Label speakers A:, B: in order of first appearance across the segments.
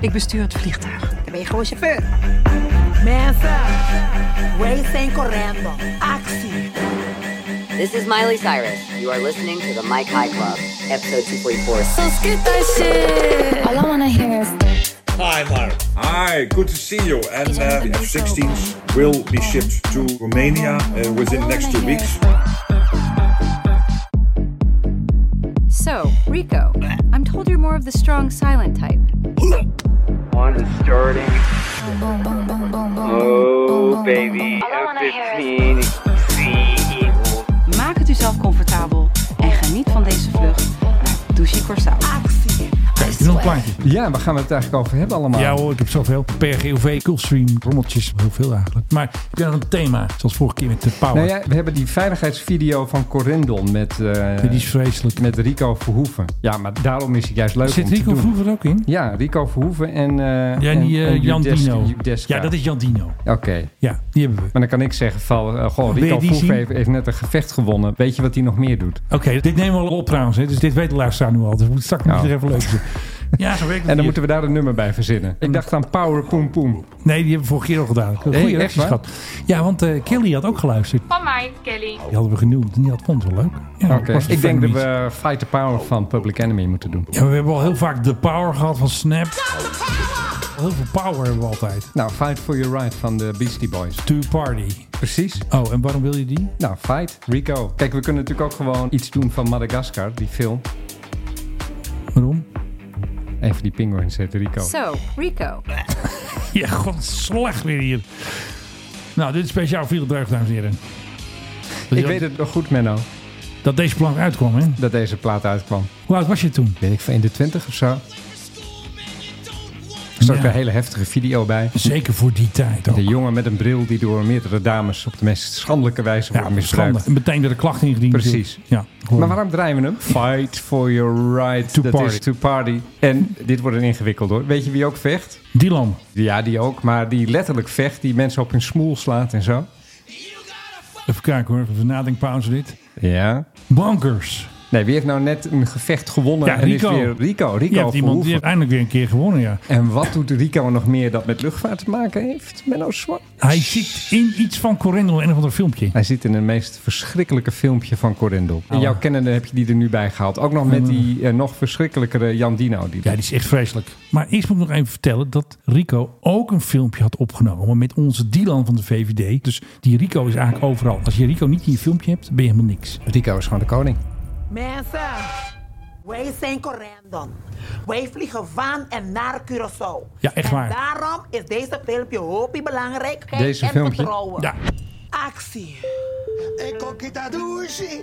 A: Ik bestuur het vliegtuig.
B: Dan ben je gewoon chauffeur. Mensen, wij zijn correndo. Actie.
C: This is Miley Cyrus. You are listening to the Mike High Club, episode 244.
D: Let's get that shit. All I wanna hear is
E: Hi, Mark.
F: Hi, good to see you. And uh, the F-16s will be shipped to Romania uh, within the next two weeks.
A: So, Rico, I'm told you're more of the strong silent type.
G: One is starting. Oh, baby. F-15. Sea Eagle.
A: Maak het uzelf comfortabel en geniet van deze vlucht naar Douchy Corsair.
H: Is nog een plaatje?
I: Ja, waar gaan we het eigenlijk over hebben allemaal?
H: Ja hoor, ik heb zoveel. PRGOV, Coolstream, rommeltjes, heel veel eigenlijk. Maar ik ben aan een thema, zoals vorige keer met de Power.
I: Nou ja, we hebben die veiligheidsvideo van Corendon met, eh,
H: Die is vreselijk.
I: met Rico Verhoeven. Ja, maar daarom is het juist leuk
H: Zit
I: om te
H: Rico
I: doen.
H: vroeger ook in?
I: Ja, Rico Verhoeven en, eh
H: Ja,
I: en,
H: die eh,
I: en
H: Jan
I: Judeska-
H: Dino.
I: Judeska.
H: Ja, dat is Jan Dino.
I: Oké.
H: Ja, die hebben we.
I: Maar dan kan ik zeggen van, eh, goh,
H: Wil
I: Rico
H: je die
I: Verhoeven
H: zien?
I: heeft, heeft net een gevecht gewonnen. Weet je wat hij nog meer doet?
H: Oké, dit nemen we al op trouwens. Hè. Dus dit weet de luisteraar nu al. Dus we moeten straks
I: Nou.
H: nog even leuk zijn. Ja, zo werkt het
I: En dan
H: hier.
I: moeten we daar een nummer bij verzinnen. Ik dacht aan Power Poem Poem.
H: Nee, die hebben we vorige keer al gedaan. Goeie
I: Nee, echt
H: reacties
I: waar?
H: gehad. Ja, want eh, Kelly had ook geluisterd.
D: Van mij, Kelly.
H: Die hadden we genoemd. En die had vond het wel leuk. Ja,
I: Oké,
H: was een
I: ik denk dat
H: fijn liedje.
I: we Fight the Power van Public Enemy moeten doen.
H: Ja, maar we hebben al heel vaak de power gehad van Snap. Heel veel power hebben we altijd.
I: Nou, Fight for Your Right van de Beastie Boys.
H: To party.
I: Precies.
H: Oh, en waarom wil je die?
I: Nou, fight. Rico. Kijk, we kunnen natuurlijk ook gewoon iets doen van Madagaskar, die film.
H: Waarom?
I: Even die pinguïns zetten, Rico.
A: So, Rico,
H: Ja, god, slecht weer hier. Nou, dit is speciaal voor jullie deugd, dames en heren. Dat,
I: ik weet het nog goed, Menno,
H: dat deze plank uitkwam, hè?
I: dat deze plaat uitkwam.
H: Hoe oud was je toen?
I: Weet ik van in de twintig of zo. Er staat ook
H: Ja.
I: een hele heftige video bij.
H: Zeker voor die tijd ook.
I: De jongen met een bril die door meerdere dames op de meest schandelijke wijze
H: Ja,
I: wordt misbruikt.
H: schande. En meteen weer de klacht ingediend.
I: Precies.
H: Ja,
I: Maar waarom draaien we hem? Fight for your right.
H: To
I: Dat
H: party.
I: is to party. En dit wordt een ingewikkeld hoor. Weet je wie ook vecht?
H: Dylan.
I: Ja, die ook. Maar die letterlijk vecht. Die mensen op hun smoel slaat en zo.
H: Even kijken hoor, even nadenkpauze dit.
I: Ja.
H: Bonkers.
I: Nee, wie heeft nou net een gevecht gewonnen?
H: Ja,
I: en
H: Rico.
I: Is weer Rico. Rico
H: Je hebt iemand die
I: Verhoeven.
H: heeft eindelijk weer een keer gewonnen, ja.
I: En wat doet Rico nog meer dat met luchtvaart te maken heeft? Menno Zwart.
H: Hij zit in iets van Corendon, een of ander filmpje.
I: Hij zit in het meest verschrikkelijke filmpje van Corindel. En
H: Oh.
I: jouw kennende heb je die er nu bij gehaald. Ook nog met die eh, nog verschrikkelijkere Jan Dino. Die
H: Ja, die is echt vreselijk. Maar eerst moet ik nog even vertellen dat Rico ook een filmpje had opgenomen met onze Dylan van de VVD. Dus die Rico is eigenlijk overal. Als je Rico niet in je filmpje hebt, ben je helemaal niks.
I: Rico is gewoon de koning.
B: Mensen, wij zijn correndo. Wij vliegen van en naar Curaçao.
H: Ja, echt
B: En
H: waar.
B: daarom is deze filmpje hoopie belangrijk. Kijk
I: Deze
B: en
I: filmpje?
B: vertrouwen.
H: Ja,
B: Actie.
H: dan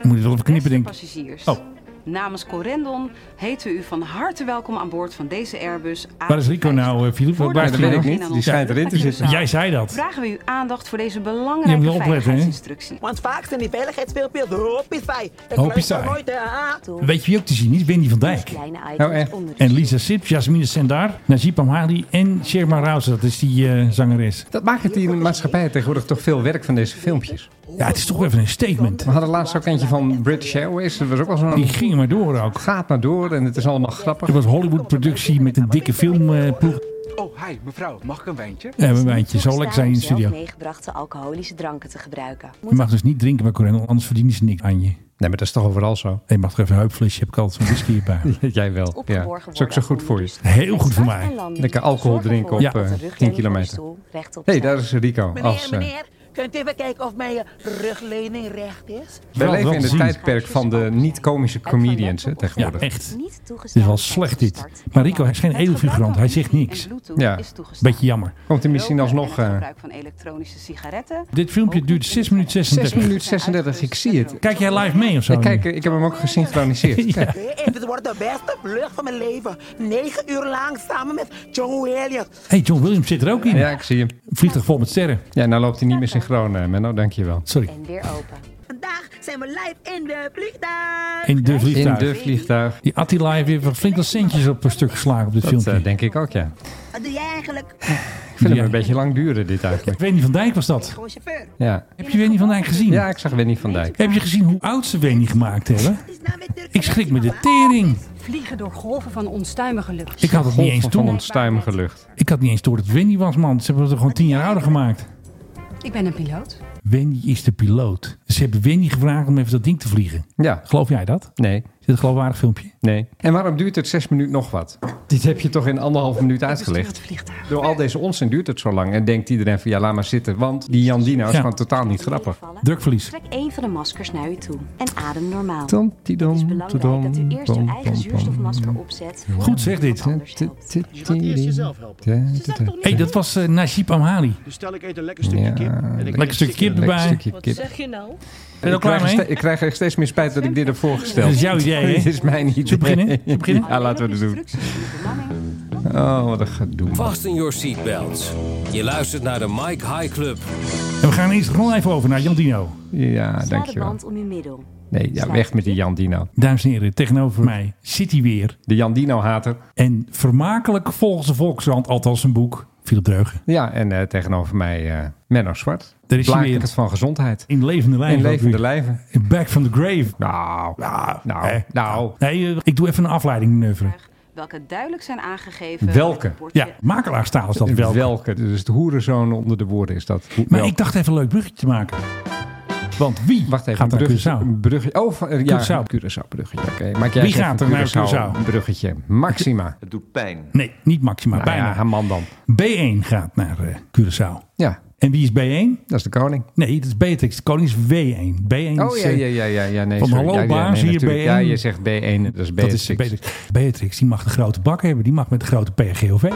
H: moet je wel even knippen, denk ik.
A: passagiers.
H: Oh.
A: Namens Corendon heten we u van harte welkom aan boord van deze Airbus A.
H: Waar is Rico nou, eh, Filip? Waar
A: Voordat
H: is
A: we
H: die
I: weet ik
H: nou?
A: beginnen
I: niet.
A: aan
I: Die
A: ons
I: schijnt erin te
A: verslag,
I: zitten.
H: Jij zei dat.
A: Vragen we uw aandacht voor deze
H: Je moet
A: belangrijke
H: wel opletten, hè?
A: veiligheidsinstructie.
B: Want vaak zijn die veiligheidsfilmpjes hoopie saai. Ik
H: Hoopie
B: luister
H: saai.
B: nooit, hè. Ah,
H: Weet je wie ook te zien is? Wendy van Dijk.
I: Nou echt.
H: En Lisa Sip, Jasmine Sendar, Najib Amhali en Sherma Rouse. Dat is die eh, zangeres.
I: Dat maakt het in de maatschappij tegenwoordig toch veel werk van deze filmpjes.
H: Ja, het is toch even een statement.
I: We hadden laatst ook eentje van British Airways. Dat was ook wel
H: Die
I: zo'n...
H: ging maar door ook.
I: Gaat maar door en het is allemaal grappig.
H: Het was Hollywood-productie met een dikke filmploeg.
J: Oh, hi mevrouw, mag ik een wijntje?
H: Ja, een wijntje. Zo lekker zijn in de studio.
C: meegebrachte alcoholische dranken te gebruiken.
H: Je mag dus niet drinken bij Corendon, anders verdienen ze niks aan je.
I: Nee, maar dat is toch overal zo?
H: Nee, je mag toch even een heupflesje, heb ik altijd zo'n whisky hierbij.
I: Jij wel. Ja. Dat is ook zo goed
K: dus
I: voor je.
H: Heel goed voor mij.
I: Lekker alcohol drinken op
H: Ja.
I: eh, 10 kilometer. Hé, hey, daar is Rico.
B: Meneer,
I: Als, eh,
B: meneer, kunt u even kijken of mijn eh, rugleuning recht is?
I: wij
H: Wel-
I: leven
H: wel
I: in het
H: gezien.
I: tijdperk van de niet-komische comedians hè,
H: Ja,
I: tegenwoordig.
H: echt.
C: Niet
H: Het is wel slecht dit. Maar Rico, hij is geen
A: Het gebruik
H: edelfigurant.
A: van
H: Hij zegt
A: wifi en
H: niks.
A: Bluetooth
I: Ja.
A: is toegestaan.
H: Beetje jammer.
I: Komt hij misschien
A: Roken en
I: alsnog...
A: het
I: eh,
A: gebruik van elektronische sigaretten.
H: Dit filmpje duurt 6 minuten
I: 6
H: 36.
I: minuten 36, ik zie het.
H: Kijk jij live mee of zo?
I: Ik, kijk, ik heb hem ook gesynchroniseerd. Kijk.
B: Hey, dit wordt de beste vlucht van mijn leven. Negen uur lang samen met John Williams.
H: hey, John Williams zit er ook in.
I: Ja, ik zie hem.
H: Vliegtuig vol met sterren.
I: Ja, nou loopt hij niet meer synchroon, eh, Menno, dankjewel.
H: Sorry.
C: En weer open.
B: Vandaag zijn we live in de vliegtuig.
H: In de
I: In de
H: vliegtuig.
I: vliegtuig.
H: Die Attila heeft weer wat flink wat centjes op een stuk geslagen op dit
I: Dat eh,
H: filmpje.
I: denk ik ook, ja.
B: Wat doe jij eigenlijk?
I: Ik vind
H: Ja.
I: hem een beetje lang duren, dit eigenlijk.
H: Wendy van Dijk was dat.
B: Gewoon chauffeur.
I: Ja,
H: Heb je Wendy van Dijk gezien?
I: ja ik zag Winnie van Dijk.
H: Heb je gezien hoe oud ze Wendy gemaakt hebben?
B: Het is nou weer Turkse
H: Ik schrik me de
B: festival, hè?
H: tering.
E: Vliegen door golven van onstuimige lucht.
H: Ik had het niet eens
I: Golven van
H: door.
I: onstuimige lucht.
H: Ik had niet eens door dat Wendy was, man. Ze hebben het gewoon tien jaar ouder gemaakt.
E: Ik ben een piloot.
H: Wendy is de piloot. Ze hebben Wendy gevraagd om even dat ding te vliegen.
I: Ja,
H: Geloof jij dat?
I: nee,
H: Is dit een geloofwaardig filmpje?
I: nee. En waarom duurt het zes minuten nog wat? Dit heb je toch in anderhalf minuut
E: Bestuur
I: uitgelegd?
E: het vliegtuig.
I: Door al deze onzin duurt het zo lang en denkt iedereen van ja, laat maar zitten. Want die Jan Dino is
H: Ja.
I: gewoon totaal niet grappig.
H: Drukverlies.
K: Trek één van de maskers naar u toe en adem normaal.
I: Tom, die
K: Het is
I: dom,
K: belangrijk
I: dom,
K: dat u eerst
I: dom,
K: uw eigen
I: dom,
K: zuurstofmasker opzet.
H: Goed zeg dit.
K: voordat iemand anders helpt.
I: Je gaat eerst jezelf helpen.
H: Hé, hey, dat was eh, Najib Amhali. Lekker stukje kip erbij.
I: kip.
H: Ben je er
I: Ik
H: klaar
I: krijg,
H: mee?
I: ste- ik krijg echt steeds meer spijt dat ik dit heb voorgesteld.
H: Dat is jouw idee, hè?
I: Dit is mijn idee.
H: we beginnen? Zullen we beginnen?
I: Ja, laten we het doen. Oh, wat een gedoe.
L: Fasten your seatbelts. Je luistert naar de Mike High Club.
H: En we gaan eerst gewoon even over naar Jan Dino.
I: Ja,
K: Sla de
I: dankjewel.
K: band om uw middel.
I: Nee, ja, weg met die Jan Dino.
H: Dames en heren, tegenover mij zit hij weer.
I: De Jan Dino-hater.
H: En vermakelijk volgens de Volkskrant, althans een boek, Philip Dreugen.
I: Ja, en eh, tegenover mij eh Menno Zwart.
H: Daar is hij weer.
I: Blaakend van gezondheid.
H: In levende lijn.
I: In
H: ook
I: levende
H: weer.
I: lijven.
H: Back from the grave.
I: Nou, nou,
H: hè?
I: nou, nou.
H: Nee, eh, ik doe even een afleidingmanoeuvre.
E: Welke duidelijk zijn aangegeven.
I: Welke?
H: Ja, makelaarstaal is dat wel.
I: Welke? Dus het hoerenzoon onder de woorden is dat.
H: Maar
I: Welke?
H: ik dacht even een leuk bruggetje te maken. Want wie
I: Wacht even,
H: gaat naar
I: een bruggetje-
H: Curaçao?
I: een bruggetje. Oh, van- eh, ja,
H: Curaçao.
I: Curaçao. Curaçao bruggetje. Oké, maak jij
H: Wie
I: eens
H: gaat
I: even
H: er naar Curaçao?
I: Een bruggetje. Maxima.
M: Het doet pijn.
H: Nee, niet Maxima,
I: Nou ja,
H: bijna.
I: haar man dan.
H: B1 gaat naar eh, Curaçao.
I: Ja,
H: En wie is B1?
I: dat is de koning.
H: Nee, dat is Beatrix. De koning is W1. B1
I: Oh
H: is,
I: ja,
H: eh,
I: ja, ja, ja. ja nee,
H: van
I: sorry.
H: hallo,
I: ja, ja,
H: baas, hier
I: natuurlijk.
H: B1.
I: Ja, je zegt B1, dat is B6.
H: Dat is eh, Beatrix. Beatrix, die mag de grote bak hebben. Die mag met de grote PGOV.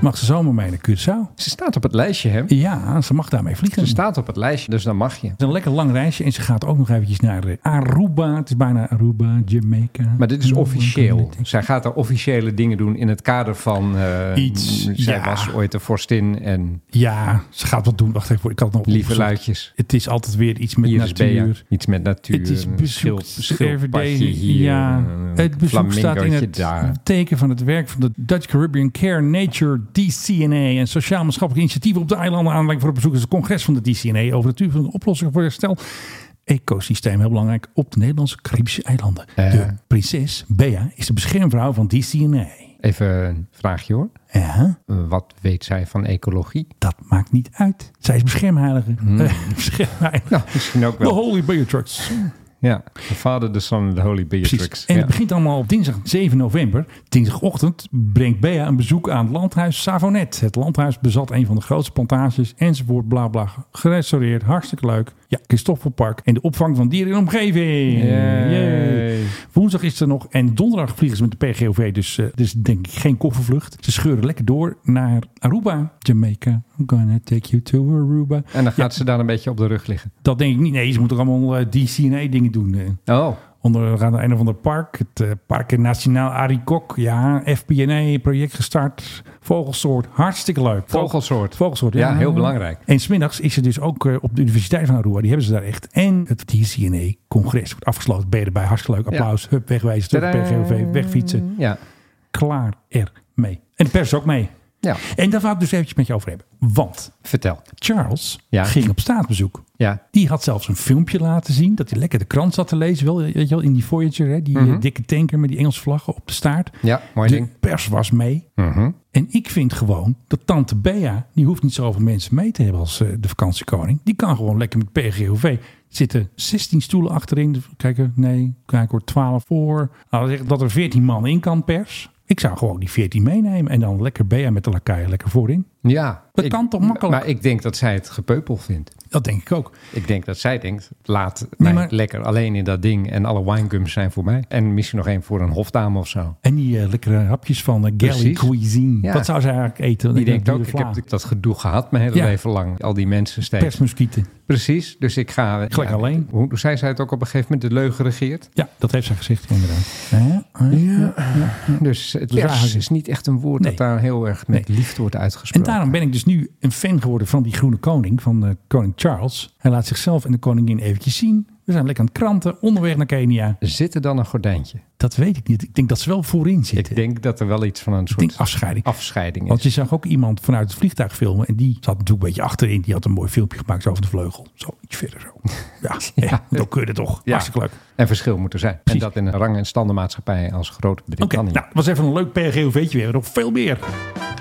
H: Mag ze zomaar mee naar Curaçao?
I: Ze staat op het lijstje, hè?
H: Ja, ze mag daarmee vliegen.
I: Ze staat op het lijstje, dus dan mag je.
H: Het is een lekker lang reisje en ze gaat ook nog eventjes naar eh, Aruba. Het is bijna Aruba, Jamaica. Oh,
I: Maar dit is officieel. Zij gaat daar officiële dingen doen in het kader van... eh,
H: Iets,
I: Zij
H: ja.
I: was ooit de vorstin en
H: Ja, ze gaat wat doen. Wacht even, ik had het nog
I: lieve
H: opgezocht.
I: luidjes.
H: Het is altijd weer iets met
I: Iris Bea,
H: natuur.
I: iets met natuur.
H: Het is
I: een
H: bezoek.
I: schil- schildpadje
H: RVD,
I: hier,
H: ja.
I: een
H: Het bezoek staat in
I: flamingootje
H: het
I: daar.
H: teken van het werk van de Dutch Caribbean Care Nature DCNA. En sociaal maatschappelijk initiatief op de eilanden. Aanleiding voor het bezoek is het congres van de DCNA over natuur van oplossingen voor herstel. Ecosysteem, heel belangrijk, op de Nederlandse Caribische eilanden.
I: Eh.
H: De prinses Bea is de beschermvrouw van DCNA.
I: Even een vraagje hoor.
H: Ja,
I: Eh, Wat weet zij van ecologie?
H: dat maakt niet uit. Zij is beschermheilige. Eh, beschermheilige.
I: Hmm. Nou, misschien ook
H: The
I: wel.
H: Holy Beatrix.
I: Ja, de vader, de son en de holy
H: Precies.
I: Beatrix.
H: En
I: Ja.
H: het begint allemaal op dinsdag 7 november. Dinsdagochtend brengt Bea een bezoek aan het landhuis Savonet. Het landhuis bezat een van de grootste plantages enzovoort. Bla bla. Gerestaureerd, hartstikke leuk. Ja, Christoffelpark en de opvang van dieren in de omgeving.
I: Yay.
H: Yay. Woensdag is er nog en donderdag vliegen ze met de PGOV. Dus eh, dus denk ik geen koffervlucht. Ze scheuren lekker door naar Aruba, Jamaica. I'm gonna take you to Aruba.
I: En dan gaat ze daar een beetje op de rug liggen.
H: Dat denk ik niet. Nee, ze moeten allemaal eh, DCNA dingen doen. eh.
I: Oh,
H: Onder we gaan naar een of ander park. Het eh, Park Nationaal Arikok. Ja, FPNA-project gestart. Vogelsoort. Hartstikke leuk. Vogel-
I: vogelsoort.
H: Vogelsoort, ja.
I: Ja, heel belangrijk.
H: En smiddags is er dus ook eh, op de Universiteit van Aruba. Die hebben ze daar echt. En het DCNA-congres wordt afgesloten. Ben je erbij? Hartstikke leuk. Applaus. Hup, wegwijzen. Terug
I: Tadaa.
H: per GOV. Wegfietsen.
I: Ja,
H: Klaar ermee. En de pers ook mee.
I: ja.
H: En daar wou ik dus eventjes met je over hebben. Want
I: vertel.
H: Charles
I: Ja.
H: ging op staatsbezoek.
I: Ja,
H: Die had zelfs een filmpje laten zien dat hij lekker de krant zat te lezen. Wel, weet je wel, in die Voyager, hè, die eh, dikke tanker met die Engelse vlaggen op de staart.
I: Mhm. ja mooi
H: de
I: ding.
H: pers was mee.
I: Mhm.
H: En ik vind gewoon dat tante Bea, die hoeft niet zoveel mensen mee te hebben als eh, de vakantiekoning. Die kan gewoon lekker met PGOV zitten. 16 stoelen achterin. Kijken, nee, kijk hoor, 12 voor. Nou, dat zegt dat er 14 man in kan, pers. Ik zou gewoon die 14 meenemen en dan lekker Bea met de lakaien lekker voorin.
I: Ja.
H: Dat kan toch makkelijk?
I: Maar ik denk dat zij het gepeupel vindt.
H: Dat denk ik ook.
I: Ik denk dat zij denkt, laat mij
H: maar-
I: lekker alleen in dat ding en alle winegums zijn voor mij. En misschien nog één voor een hofdame of zo.
H: En die eh, lekkere hapjes van eh, Gallic
I: Precies.
H: cuisine.
I: Ja.
H: Wat zou ze eigenlijk eten?
I: Die denkt
H: Lekker
I: ook,
H: dure
I: ik
H: vla.
I: heb dat gedoe gehad mijn hele
H: Ja.
I: leven lang. Al die mensen steeds.
H: persmuskieten.
I: Precies, dus ik ga...
H: Gelijk alleen.
I: Hoe hoe zei zij het ook op een gegeven moment? De leugen regeert.
H: Ja, dat heeft zij gezegd inderdaad. Ja, ja.
I: Dus het
H: Dus
I: pers
H: eigenlijk-
I: is niet echt een woord
H: Nee.
I: dat daar heel erg met liefde wordt
H: En
I: uitgesproken.
H: daarom ben ik dus nu een fan geworden van die groene koning, van eh, koning Charles. Hij laat zichzelf en de koningin eventjes zien. We zijn lekker aan het kranten, onderweg naar Kenia.
I: Zit er dan een gordijntje?
H: Dat weet ik niet. Ik denk dat ze wel voorin zitten.
I: Ik denk Oh, dat er wel iets van een soort
H: afscheiding.
I: afscheiding is.
H: Want je zag ook iemand vanuit het vliegtuig filmen. En die zat natuurlijk een beetje achterin. Die had een mooi filmpje gemaakt over de vleugel. Zo, iets verder zo. Ja, ja. dat kunnen toch.
I: Ja.
H: Hartstikke leuk.
I: En verschil moet er zijn. En dat in een rang- en standenmaatschappij als
H: Oké,
I: Groot-Brittannië.
H: nou, het was even een leuk PRGOV'tje weer. Nog veel meer.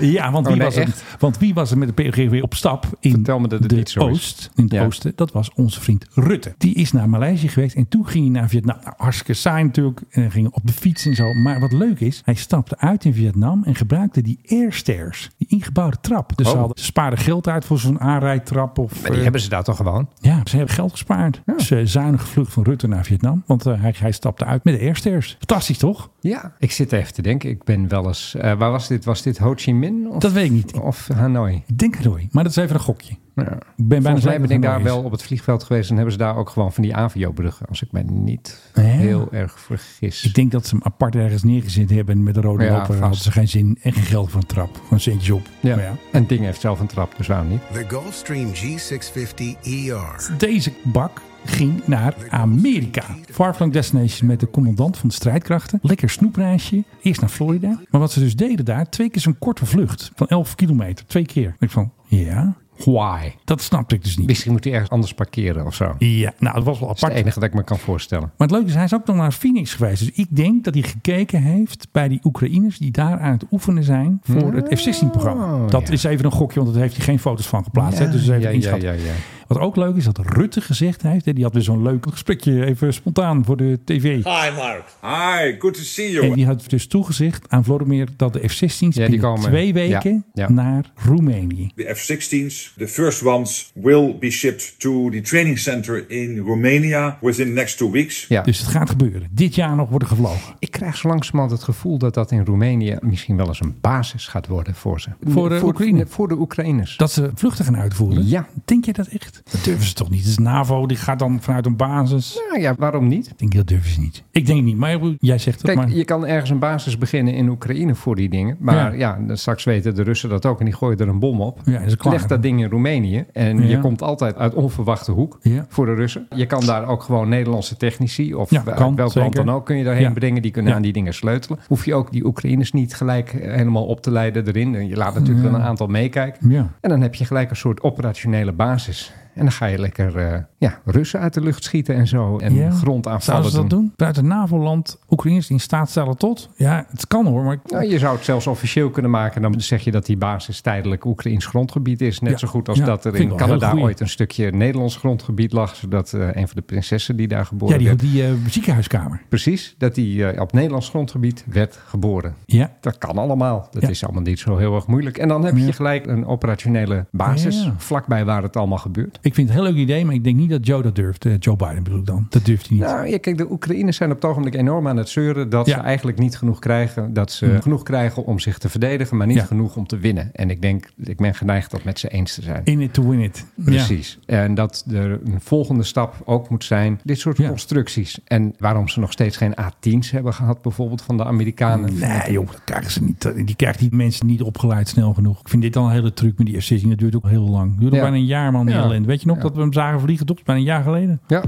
H: Ja, want
I: Oh,
H: wie,
I: nee,
H: was er,
I: echt?
H: want wie was er met de PRGOV op stap in de
I: niet zo is.
H: Oost? In het Oosten. Dat was onze vriend Rutte. Die is naar Maleisië geweest en toen ging hij naar Vietnam. Nou, hartstikke saai natuurlijk. En hij ging op de fiets en zo. Maar wat leuk is, hij stapte uit in Vietnam en gebruikte die airstairs. Die ingebouwde trap. Dus
I: Oh.
H: ze, hadden, ze spaarden geld uit voor zo'n aanrijdtrap. Of,
I: Maar die
H: eh,
I: hebben ze daar toch gewoon?
H: ja, ze hebben geld gespaard. Dus eh, zuinige vlucht van Rutte naar Vietnam. Want eh, hij, hij stapte uit met de airstairs. Fantastisch toch?
I: Ja. Ik zit even te denken. Ik ben wel eens... eh, waar was dit? Was dit Ho Chi Minh? Of,
H: Dat weet ik niet.
I: Of Hanoi?
H: Ik denk Hanoi, maar dat is even een gokje.
I: Ja.
H: Ik ben bijna
I: Volgens mij
H: zeker
I: ben
H: dat
I: ik daar
H: Hanoi is.
I: wel op het vliegveld geweest en hebben ze daar ook gewoon van die avio-bruggen, als ik mij niet
H: Ja.
I: heel erg vergis.
H: Ik denk dat ze hem apart ergens neergezet hebben met de rode
I: Ja,
H: loper.
I: vast.
H: Hadden ze geen zin en geen geld voor een trap. Gewoon centjes op.
I: Ja.
H: Maar Oh ja.
I: En het ding heeft zelf een trap, dus waarom niet?
M: The Gulfstream G650ER.
H: Deze bak ging naar Amerika. Farflank Destination met de commandant van de strijdkrachten. Lekker snoepreisje. Eerst naar Florida. Maar wat ze dus deden daar, twee keer zo'n korte vlucht. Van 11 kilometer. Twee keer. Ik denk van, ja,
I: Why?
H: dat snapte ik dus niet.
I: Misschien moet hij ergens anders parkeren of zo.
H: Ja, nou, dat was wel
I: Dat is
H: apart.
I: het enige dat ik me kan voorstellen.
H: Maar het leuke is, hij is ook nog naar Phoenix geweest. Dus ik denk dat hij gekeken heeft bij die Oekraïners die daar aan het oefenen zijn voor het F-16-programma. Dat is even een gokje, want daar heeft hij geen foto's van geplaatst. hè?
I: Oh, Ja,
H: Dus dat is even
I: ja,
H: inschatten.
I: ja, ja, ja.
H: Wat ook leuk is dat Rutte gezegd heeft, hè, die had weer zo'n leuk gesprekje even spontaan voor de tv.
F: Hi, Mark. Hi, good to see you.
H: En die had dus toegezegd aan Vladimir dat de F-16's
I: die
H: binnen
I: komen.
H: twee weken
I: Ja, ja.
H: naar Roemenië.
F: The F 16s, the first ones, will be shipped to the training center in Romania within the next two weeks.
I: Ja.
H: Dus het gaat gebeuren. Dit jaar nog worden gevlogen.
I: Ik krijg zo langzamerhand het gevoel dat dat in Roemenië misschien wel eens een basis gaat worden voor ze.
H: Voor de Oekraïne.
I: Voor de Oekraïners.
H: Dat ze vluchten gaan uitvoeren?
I: Ja.
H: Denk je dat echt? Dat durven ze toch niet? Dus NAVO die gaat dan vanuit een basis.
I: Nou ja, waarom niet?
H: Ik denk dat durven ze niet. Ik denk niet, maar jij zegt het
I: Kijk,
H: maar.
I: je kan ergens een basis beginnen in Oekraïne voor die dingen. Maar ja, dan straks weten de Russen dat ook en die gooien er een bom op.
H: Ja, is het klaar.
I: Leg dat ding in Roemenië en
H: Ja.
I: je komt altijd uit onverwachte hoek
H: Ja.
I: voor de Russen. Je kan daar ook gewoon Nederlandse technici of
H: Ja,
I: uit
H: kan,
I: welk land
H: zeker.
I: dan ook kun je daarheen
H: Ja.
I: brengen. Die kunnen
H: Ja.
I: aan die dingen sleutelen. Hoef je ook die Oekraïners niet gelijk eh, helemaal op te leiden erin. En Je laat natuurlijk wel een aantal meekijken.
H: Ja.
I: En dan heb je gelijk een soort operationele basis. En dan ga je lekker eh, ja, Russen uit de lucht schieten en zo. En
H: Ja.
I: grondaanvallen
H: Zouden ze dat
I: doen.
H: doen? Vanuit een NAVO-land Oekraïners in staat stellen tot? Ja, het kan hoor, maar...
I: Nou, je zou het zelfs officieel kunnen maken. Dan zeg je dat die basis tijdelijk Oekraïns grondgebied is. Net
H: Ja,
I: zo goed als
H: ja,
I: dat er
H: vind ik
I: in
H: wel een
I: Canada
H: hele goeie.
I: ooit een stukje Nederlands grondgebied lag. Zodat eh, een van de prinsessen die daar geboren
H: Ja, die,
I: werd...
H: die eh, ziekenhuiskamer.
I: Precies, dat die eh, op Nederlands grondgebied werd geboren.
H: Ja.
I: Dat kan allemaal. Dat
H: Ja.
I: is allemaal niet zo heel erg moeilijk. En dan heb
H: Ja.
I: je gelijk een operationele basis
H: Ja.
I: vlakbij waar het allemaal gebeurt.
H: Ik vind het een heel leuk idee, maar ik denk niet dat Joe dat durft. Eh, Joe Biden bedoel ik dan. Dat durft hij niet.
I: Nou, ja, kijk, de Oekraïners zijn op het ogenblik enorm aan het zeuren dat
H: Ja.
I: ze eigenlijk niet genoeg krijgen. Dat ze
H: Ja.
I: genoeg krijgen om zich te verdedigen, maar niet
H: Ja.
I: genoeg om te winnen. En ik denk, ik ben geneigd dat met ze eens te zijn.
H: In it to win it.
I: Precies. En dat er een volgende stap ook moet zijn, dit soort
H: Ja.
I: constructies. En waarom ze nog steeds geen A-10's hebben gehad, bijvoorbeeld van de Amerikanen.
H: Ja. Nee joh, dat krijgen ze niet. Die krijgt die mensen niet opgeleid snel genoeg. Ik vind dit al een hele truc met die F-16. Dat duurt ook heel lang. Duurt ook
I: Ja.
H: bijna een jaar man. die
I: Ja.
H: ellende. Weet je nog
I: Ja.
H: dat we hem zagen vliegen? Toch bijna een jaar geleden.
I: Ja.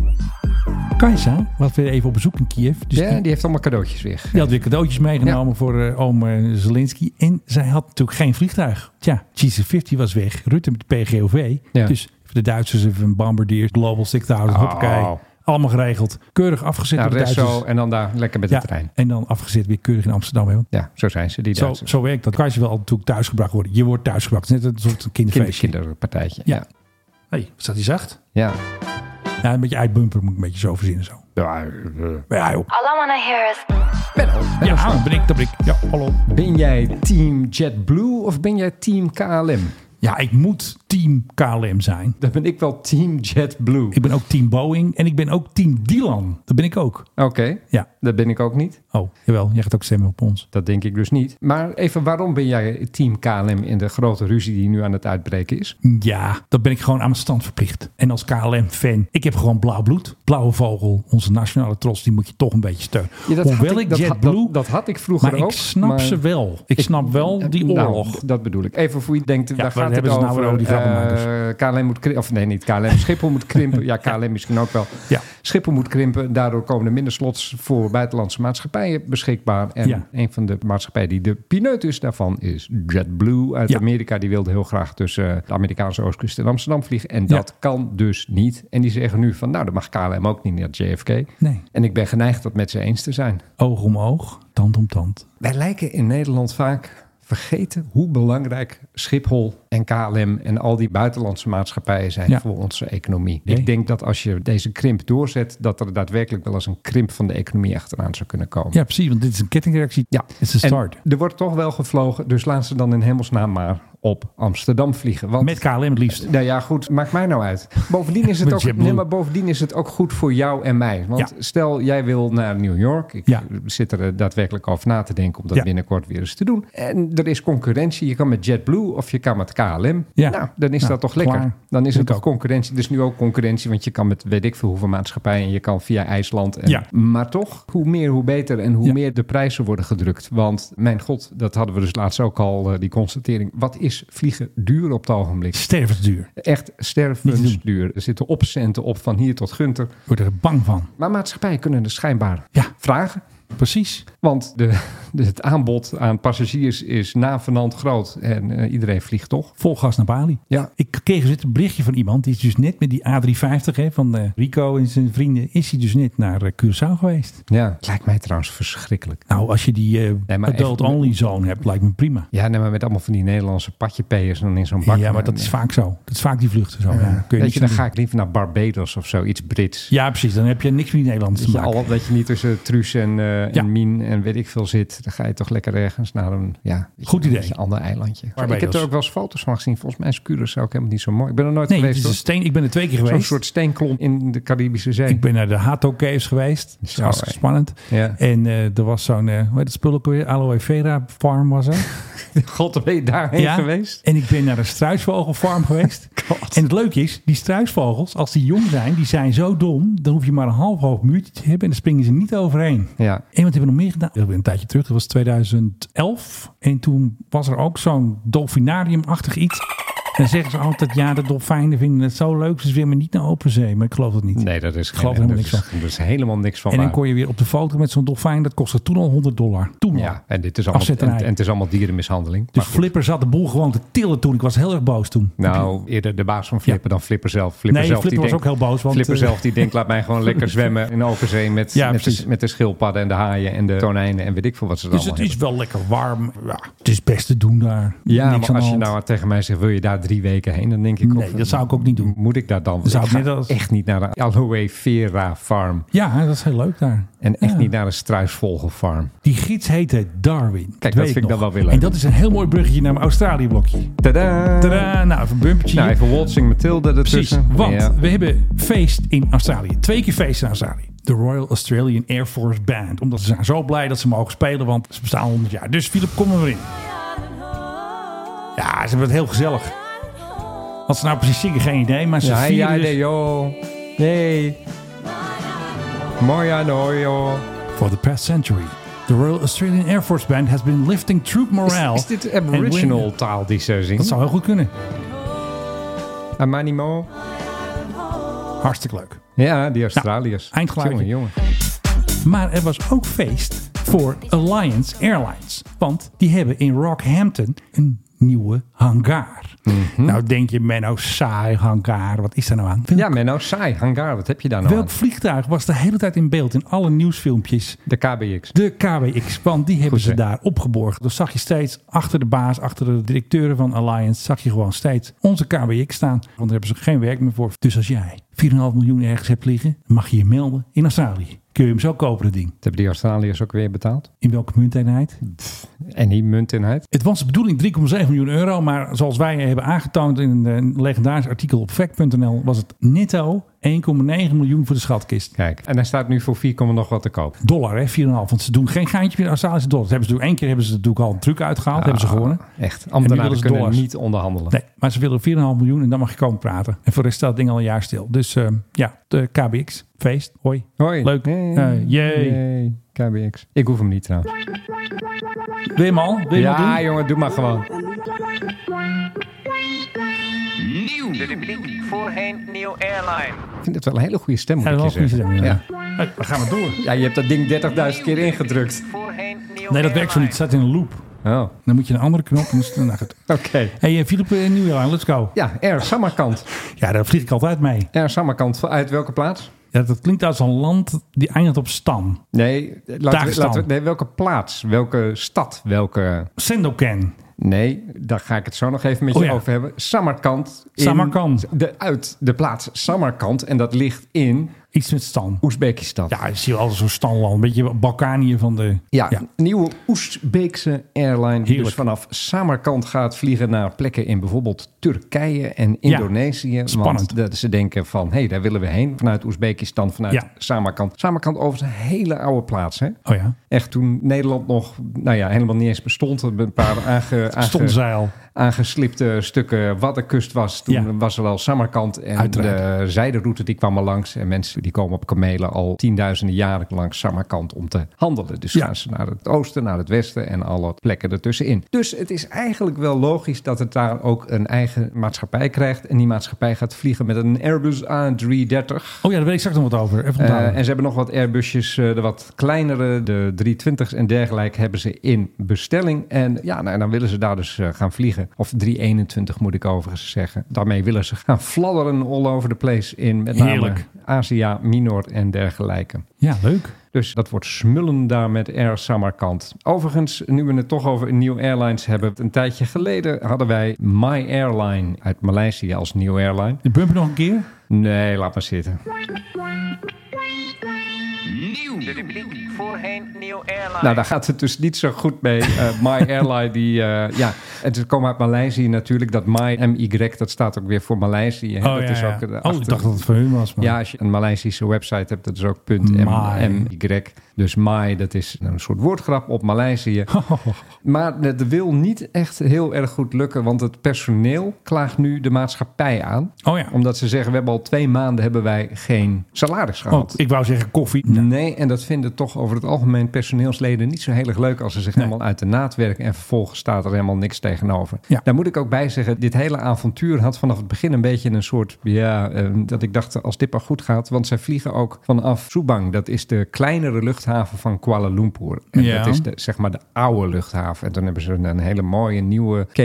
H: Kajsa was weer even op bezoek in Kiev. Dus
I: ja,
H: die,
I: die heeft allemaal cadeautjes weer.
H: die had weer cadeautjes meegenomen voor eh, oom eh, Zelensky. En zij had natuurlijk geen vliegtuig. Tja, GC-50 was weg. Rutte met de PGOV.
I: Ja.
H: Dus de Duitsers hebben een Bombardier, Global 6000,
I: Oh.
H: hoppakee. Allemaal geregeld. Keurig afgezet
I: Nou,
H: door de
I: rest
H: Duitsers.
I: zo en dan daar lekker met
H: ja,
I: de trein.
H: En dan afgezet weer keurig in Amsterdam. Hè? Want
I: Ja, zo zijn ze, die
H: Zo,
I: Duitsers.
H: zo werkt dat. Kan je wel natuurlijk thuisgebracht worden. Je wordt thuisgebracht. Net als een
I: Kinder,
H: kinderfeestje.
I: kinderpartijtje. Ja.
H: Hé, hey, staat hij zacht?
I: ja.
H: Ja, een beetje uitbumper moet ik een beetje zo verzinnen. Zo.
I: ja. eh,
H: Maar ja, joh.
D: All I wanna hear is.
H: ja dat ben ik, dat ben ik. Ja, hallo.
I: Ben jij team JetBlue of ben jij team KLM?
H: Ja, ik moet team KLM zijn.
I: Dan ben ik wel team JetBlue.
H: Ik ben ook team Boeing en ik ben ook team Dylan. Dat ben ik ook.
I: Oké,
H: Ja.
I: dat ben ik ook niet.
H: Oh, jawel. Jij gaat ook stemmen op ons.
I: Dat denk ik dus niet. Maar even, waarom ben jij team KLM in de grote ruzie die nu aan het uitbreken is?
H: Ja, dat ben ik gewoon aan mijn stand verplicht. En als KLM-fan, ik heb gewoon blauw bloed. Blauwe vogel, onze nationale trots, die moet je toch een beetje steunen.
I: Ja, dat had
H: Hoewel
I: ik-
H: ik,
I: dat had-
H: JetBlue...
I: dat- dat had ik vroeger
H: maar
I: ook,
H: ik snap
I: maar-
H: ze wel. Ik, snap wel die
I: Nou,
H: oorlog.
I: dat bedoel ik. Even voor je denkt, daar
H: waar
I: gaat het
H: hebben ze
I: over.
H: het nou weer over, die
I: Eh, KLM moet krimpen. Of nee, niet KLM. Schiphol moet krimpen. Ja, KLM misschien ook wel.
H: Ja.
I: Schiphol moet krimpen. Daardoor komen er minder slots voor buitenlandse maatschappijen beschikbaar. En
H: Ja.
I: een van de maatschappijen die de pineut is daarvan is JetBlue uit
H: Ja.
I: Amerika. Die wilde heel graag tussen de Amerikaanse oostkust en Amsterdam vliegen. En
H: Ja.
I: dat kan dus niet. En die zeggen nu van nou, dat mag KLM ook niet naar JFK.
H: Nee.
I: En ik ben geneigd dat met ze eens te zijn.
H: Oog om oog, tand om tand.
I: Wij lijken in Nederland vaak vergeten hoe belangrijk Schiphol en KLM en al die buitenlandse maatschappijen zijn
H: Ja.
I: voor onze economie.
H: Nee.
I: Ik denk dat als je deze krimp doorzet, dat er daadwerkelijk wel eens een krimp van de economie achteraan zou kunnen komen.
H: Ja, precies, want dit is een kettingreactie. Ja. Het is een
I: En
H: start.
I: er wordt toch wel gevlogen, dus laten ze dan in hemelsnaam maar op Amsterdam vliegen. Want,
H: Met KLM het liefst.
I: Nou ja, goed, maakt mij nou uit. Bovendien is het,
H: Met
I: ook,
H: JetBlue.
I: nee, maar bovendien is het ook goed voor jou en mij. Want
H: Ja.
I: stel, jij wil naar New York. Ik
H: Ja.
I: zit er eh, daadwerkelijk over na te denken om dat
H: Ja.
I: binnenkort weer eens te doen. En er is concurrentie. Je kan met JetBlue of je kan met KLM.
H: Ja.
I: Nou, dan is
H: Nou,
I: dat toch
H: klaar.
I: lekker. Dan is
H: Vind ik
I: het toch
H: ook.
I: concurrentie. Dus nu ook concurrentie, want je kan met weet ik veel hoeveel maatschappijen. Je kan via IJsland. En,
H: Ja.
I: Maar toch, hoe meer, hoe beter. En hoe meer de prijzen worden gedrukt. Want mijn god, dat hadden we dus laatst ook al, eh, die constatering. Wat is vliegen duur op het ogenblik?
H: Stervensduur.
I: Echt stervensduur. Er zitten opcenten op van hier tot Gunter.
H: Ik word er bang van.
I: Maar maatschappijen kunnen er schijnbaar vragen.
H: Precies.
I: Want de, de- het aanbod aan passagiers is navenant groot. En eh, iedereen vliegt toch?
H: Vol gas naar Bali.
I: Ja.
H: Ik kreeg dus een berichtje van iemand. Die is dus net met die A350 hè, van eh, Rico en zijn vrienden. Is hij dus net naar eh, Curaçao geweest.
I: Ja, het lijkt mij trouwens verschrikkelijk.
H: Nou, als je die eh
I: Nee, maar echt-
H: adult only zone hebt, lijkt me prima.
I: Ja, nee, maar met allemaal van die Nederlandse patjepeers en dan in zo'n bak.
H: ja, maar dat is vaak zo. Dat is vaak die vluchten zo. Ja. Kun je
I: Weet
H: niks
I: je,
H: aan
I: dan
H: doen.
I: ga ik liever naar Barbados of zo, iets Brits.
H: ja, precies. Dan heb je niks met Nederlands te
I: Dat je,
H: maken.
I: al, dat je niet tussen Truus en, eh, en
H: Ja.
I: Mien en weet ik veel zit. Dan ga je toch lekker ergens naar een, ja, weet je,
H: Goed
I: een
H: idee.
I: beetje ander eilandje.
H: Barbados.
I: Ik heb er ook wel eens foto's van gezien. Volgens mij is Curaçao ook helemaal niet zo mooi. Ik ben er nooit
H: dus? Nee, het
I: geweest.
H: is een
I: hoor.
H: steen. Ik ben er twee keer
I: Zo'n
H: geweest.
I: soort steenklomp in de Caribische Zee.
H: Ik ben naar de Hato Caves geweest. Dat is
I: Zo,
H: hartstikke
I: hé.
H: spannend.
I: Ja.
H: En eh, er was zo'n, eh, hoe heet dat spul ook weer? Aloe Vera Farm was er.
I: God, ben je daarheen
H: Ja.
I: geweest?
H: En ik ben naar een struisvogelfarm geweest.
I: God.
H: En het leuke is, die struisvogels, als die jong zijn, die zijn zo dom. Dan hoef je maar een half hoog muurtje te hebben en dan springen ze niet overheen.
I: Ja.
H: En wat hebben we nog meer gedaan? Dat was een tijdje terug, dat was 2011. En toen was er ook zo'n dolfinariumachtig iets. En dan zeggen ze altijd, ja, de dolfijnen vinden het zo leuk. Ze zwemmen niet naar open zee, maar ik geloof dat niet.
I: Nee, dat is,
H: Ik geloof er
I: geen,
H: helemaal
I: dat
H: niks
I: is,
H: van.
I: dat is helemaal niks van
H: En dan
I: waar.
H: kon je weer op de foto met zo'n dolfijn. Dat kostte toen al 100 dollar. Toen al.
I: Ja, en, dit is allemaal, en,
H: Afzetterij.
I: en het is allemaal dierenmishandeling.
H: Dus
I: Maar goed.
H: Flipper zat de boel gewoon te tillen toen. Ik was heel erg boos toen.
I: Nou, eerder de baas van Flipper dan Flipper zelf. Flipper
H: Nee,
I: zelf
H: Flipper was ook heel boos, want,
I: Flipper
H: eh,
I: zelf die denkt, laat mij gewoon lekker zwemmen in Overzee met,
H: Ja,
I: met, de,
H: precies.
I: met de schildpadden en de haaien en de tonijnen en weet ik veel wat ze dan
H: Dus het
I: allemaal
H: is wel lekker warm. Ja, het is best te doen daar.
I: hebben. Ja,
H: Niks
I: maar
H: aan
I: als
H: de
I: je
H: hand.
I: nou tegen mij zegt, wil je daar drie weken heen? Dan denk ik,
H: Nee,
I: of-
H: dat zou ik ook niet doen.
I: Moet ik daar dan?
H: Dat zou
I: ik
H: ik
I: ga
H: net als-
I: echt niet naar de Aloe Vera Farm.
H: Ja, dat is heel leuk daar.
I: En echt
H: Ja.
I: niet naar de struisvogelfarm.
H: Die gids heette Darwin. Kijk,
I: dat vind ik dan wel weer leuk.
H: En dat is een heel mooi bruggetje naar mijn Australië-blokje.
I: Tadaa!
H: Tadaa! Nou, even een bumpertje.
I: Nou,
H: hier.
I: even Waltzing Matilda
H: Precies,
I: ertussen.
H: want
I: Ja.
H: we hebben feest in Australië. Twee keer feest in Australië. De Royal Australian Air Force Band. Omdat ze zijn zo blij dat ze mogen spelen, want ze bestaan 100 jaar. Dus Philip, kom er maar in. Ja, ze hebben het heel gezellig. Wat ze nou precies zingen, geen idee. Maar ze
I: Ja,
H: vieren
I: ja,
H: dus-
I: nee, joh. Nee. Moja, no, joh.
H: For the past century, the Royal Australian Air Force Band has been lifting troop morale.
I: Is, is dit
H: and
I: aboriginal
H: win-
I: taal die ze
H: Dat
I: zingen?
H: zou heel goed kunnen.
I: Amanimo.
H: Hartstikke leuk.
I: Ja, die Australiërs.
H: Nou, eindgeluidje.
I: Jongen, jongen.
H: Maar er was ook feest voor Alliance Airlines. Want die hebben in Rockhampton een nieuwe hangar.
I: Mhm.
H: Nou denk je, Menno, saai hangar. Wat is daar nou aan? Welk,
I: Ja, Menno, saai. Hangar, wat heb je daar nou
H: welk
I: aan?
H: vliegtuig was de hele tijd in beeld in alle nieuwsfilmpjes?
I: De KBX.
H: De KWX, want die hebben
I: Goed,
H: ze
I: hè?
H: daar opgeborgen. Dus zag je steeds achter de baas, achter de directeuren van Alliance, zag je gewoon steeds onze KWX staan. Want daar hebben ze geen werk meer voor. Dus als jij 4,5 miljoen ergens hebt liggen, mag je je melden in Australië. Kun je hem zo kopen, dat ding.
I: Dat hebben die Australiërs ook weer betaald.
H: In welke munteenheid?
I: En die munteenheid.
H: Het was de bedoeling 3,7 miljoen euro, maar zoals wij hebben aangetoond in een legendarisch artikel op fact.nl, was het netto 1,9 miljoen voor de schatkist.
I: Kijk, en hij staat nu voor 4, nog wat te koop.
H: Dollar, hè, 4,5. Want ze doen geen geintje meer in Australische dollar. Dat hebben ze, door- één keer hebben ze natuurlijk al een truc uitgehaald, hebben ze gewonnen.
I: Ah, Echt,
H: En nu willen
I: ambtenaren
H: ze
I: kunnen
H: dollars.
I: niet onderhandelen.
H: Nee, maar ze willen 4,5 miljoen en dan mag je komen praten. En voor de rest staat het ding al een jaar stil. Dus ehm, ja, de KBX, feest, hoi.
I: Hoi.
H: Leuk.
I: Hey.
H: Eh, jee.
I: Yay. KBX. Ik hoef hem niet trouwens.
H: Wil je hem al? Wil je hem al
I: Ja,
H: doen?
I: jongen, doe maar gewoon.
G: Nieuw. De rubriek voorheen Nieuw Airline.
I: Ik vind dat wel een hele goede stem, moet
H: Ja,
I: ik
H: wel
I: je
H: een goede
I: zeggen.
H: stem, ja.
I: we gaan maar door. Ja, je hebt dat ding 30.000 keer ingedrukt.
H: Nee, dat werkt zo niet. Het staat in een loop.
I: Oh.
H: Dan moet je een andere knop en dan is het- nou goed.
I: Oké.
H: Hey, eh, Filip, eh, Nieuwjaar, let's go.
I: Ja, Air Samarkand.
H: Ja, daar vlieg ik altijd mee.
I: Air Samarkand, uit welke plaats?
H: Ja, dat klinkt als een land die eindigt op Stan.
I: Nee, laten we,
H: Dagestan.
I: laten we- nee, welke plaats, welke stad, welke...
H: Sendoken.
I: Nee, daar ga ik het zo nog even met je
H: Oh ja.
I: over hebben. Samarkand. in-
H: Samarkand.
I: De, uit de plaats Samarkand. En dat ligt in...
H: Iets met Stan.
I: Oezbekistan.
H: Ja, ik zie wel altijd zo'n Stanland. Een beetje Balkanië van de...
I: Ja, nieuwe Oezbeekse airline die
H: Heerlijk.
I: dus vanaf Samarkand gaat vliegen naar plekken in bijvoorbeeld Turkije en
H: Ja,
I: Indonesië.
H: spannend.
I: Want dat ze denken van, hé, daar willen we heen. Vanuit Oezbekistan, vanuit
H: Ja.
I: Samarkand. Samarkand overigens een hele oude plaats, hè?
H: Oh ja.
I: Echt toen Nederland nog, nou ja, helemaal niet eens bestond. Er Een paar aange, aange-
H: Stonzeil.
I: eh. aangeslipte stukken Waddenkust was. Toen
H: Ja.
I: was er al Samarkand en de zijderoute die kwam er langs. En mensen die komen op kamelen al tienduizenden jaren langs Samarkand om te handelen. Dus gaan ze naar het oosten, naar het westen en alle plekken ertussenin. Dus het is eigenlijk wel logisch dat het daar ook een eigen maatschappij krijgt. En die maatschappij gaat vliegen met een Airbus A330.
H: Oh ja, daar weet ik straks nog wat over. Even
I: Eh,
H: onthouden.
I: en ze hebben nog wat Airbusjes, eh, de wat kleinere, de 320's en dergelijke, hebben ze in bestelling. En ja, nou, en dan willen ze daar dus eh, gaan vliegen. Of 321 moet ik overigens zeggen. Daarmee willen ze gaan fladderen all over the place in met name
H: Heerlijk.
I: Azië, Minor en dergelijke.
H: Ja, leuk.
I: Dus dat wordt smullen daar met Air Samarkand. Overigens, nu we het toch over New Airlines hebben. Een tijdje geleden hadden wij My Airline uit Maleisië als New Airline.
H: De bumper nog een keer?
I: Nee, laat maar zitten.
G: Nieuw. De rubriek voorheen Nieuw Airline.
I: Nou, daar gaat het dus niet zo goed mee. Eh, My Airline, die... eh, ja, en ze komen uit Maleisië natuurlijk. Dat My, M-Y, dat staat ook weer voor Maleisië. hè.
H: Oh,
I: dat
H: ja,
I: is
H: ja.
I: ook de
H: Oh, ik
I: achter-
H: dacht dat het voor hun was, maar-
I: Ja, als je een Maleisische website hebt, dat is ook punt
H: My.
I: M- MY. Dus My, dat is een soort woordgrap op Maleisië.
H: Oh.
I: Maar het wil niet echt heel erg goed lukken, want het personeel klaagt nu de maatschappij aan.
H: Oh ja.
I: Omdat ze zeggen, we hebben al twee maanden hebben wij geen salaris
H: Oh,
I: gehad.
H: ik wou zeggen koffie.
I: Nee, en dat vinden toch over het algemeen personeelsleden niet zo heel erg leuk als ze zich helemaal uit de naad werken en vervolgens staat er helemaal niks tegenover.
H: Ja.
I: Daar moet ik ook bij zeggen, dit hele avontuur had vanaf het begin een beetje een soort, ja, eh, dat ik dacht als dit maar goed gaat, want zij vliegen ook vanaf Subang, dat is de kleinere luchthaven van Kuala Lumpur. En
H: Ja.
I: dat is de, zeg maar de oude luchthaven. En toen hebben ze een, een hele mooie nieuwe KL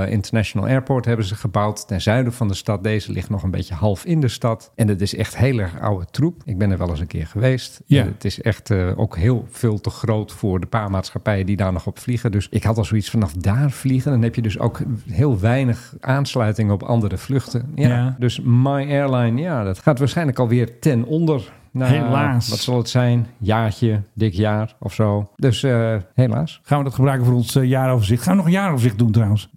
I: eh, International Airport hebben ze gebouwd ten zuiden van de stad. Deze ligt nog een beetje half in de stad. En dat is echt heel erg oude troep. Ik ben er wel eens een keer geweest.
H: Ja.
I: Eh, Het is echt eh, ook heel veel te groot voor de paar maatschappijen die daar nog op vliegen. Dus ik had al zoiets vanaf daar vliegen. Dan heb je dus ook heel weinig aansluiting op andere vluchten. Ja.
H: Ja.
I: Dus My Airline, ja, dat gaat waarschijnlijk alweer ten onder. Na,
H: Helaas.
I: Eh, Wat zal het zijn? Jaartje, dik jaar of zo. Dus eh, helaas.
H: Gaan we dat gebruiken voor ons eh, jaaroverzicht? Gaan we nog een jaaroverzicht doen trouwens?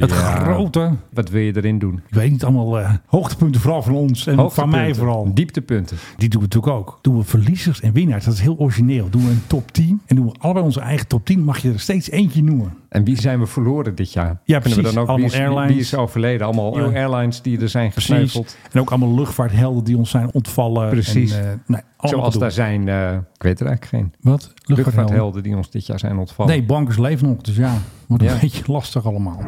H: Het grote.
I: Wat wil je erin doen?
H: Ik weet niet, allemaal eh, hoogtepunten vooral van ons en van
I: Hoogtepunten,
H: mij vooral.
I: Dieptepunten.
H: Die doen we natuurlijk ook. Doen we verliezers en winnaars. Dat is heel origineel. Doen we een top 10 en doen we allebei onze eigen top 10. Mag je er steeds eentje noemen.
I: En wie zijn we verloren dit jaar?
H: Ja,
I: Kunnen
H: precies.
I: We dan ook,
H: Allemaal
I: wie is,
H: airlines.
I: Wie is overleden? Allemaal
H: Ja.
I: eh, airlines die er zijn
H: Precies.
I: gesneuveld.
H: En ook allemaal luchtvaarthelden die ons zijn ontvallen.
I: Precies.
H: En, eh, nee, allemaal
I: Zoals
H: gedoe.
I: daar zijn, eh, ik weet er eigenlijk geen.
H: Wat? Luchtvaarthelden?
I: Luchtvaarthelden die ons dit jaar zijn ontvallen.
H: Nee, bankers leven nog. Dus ja, wordt een
I: Ja.
H: beetje lastig allemaal.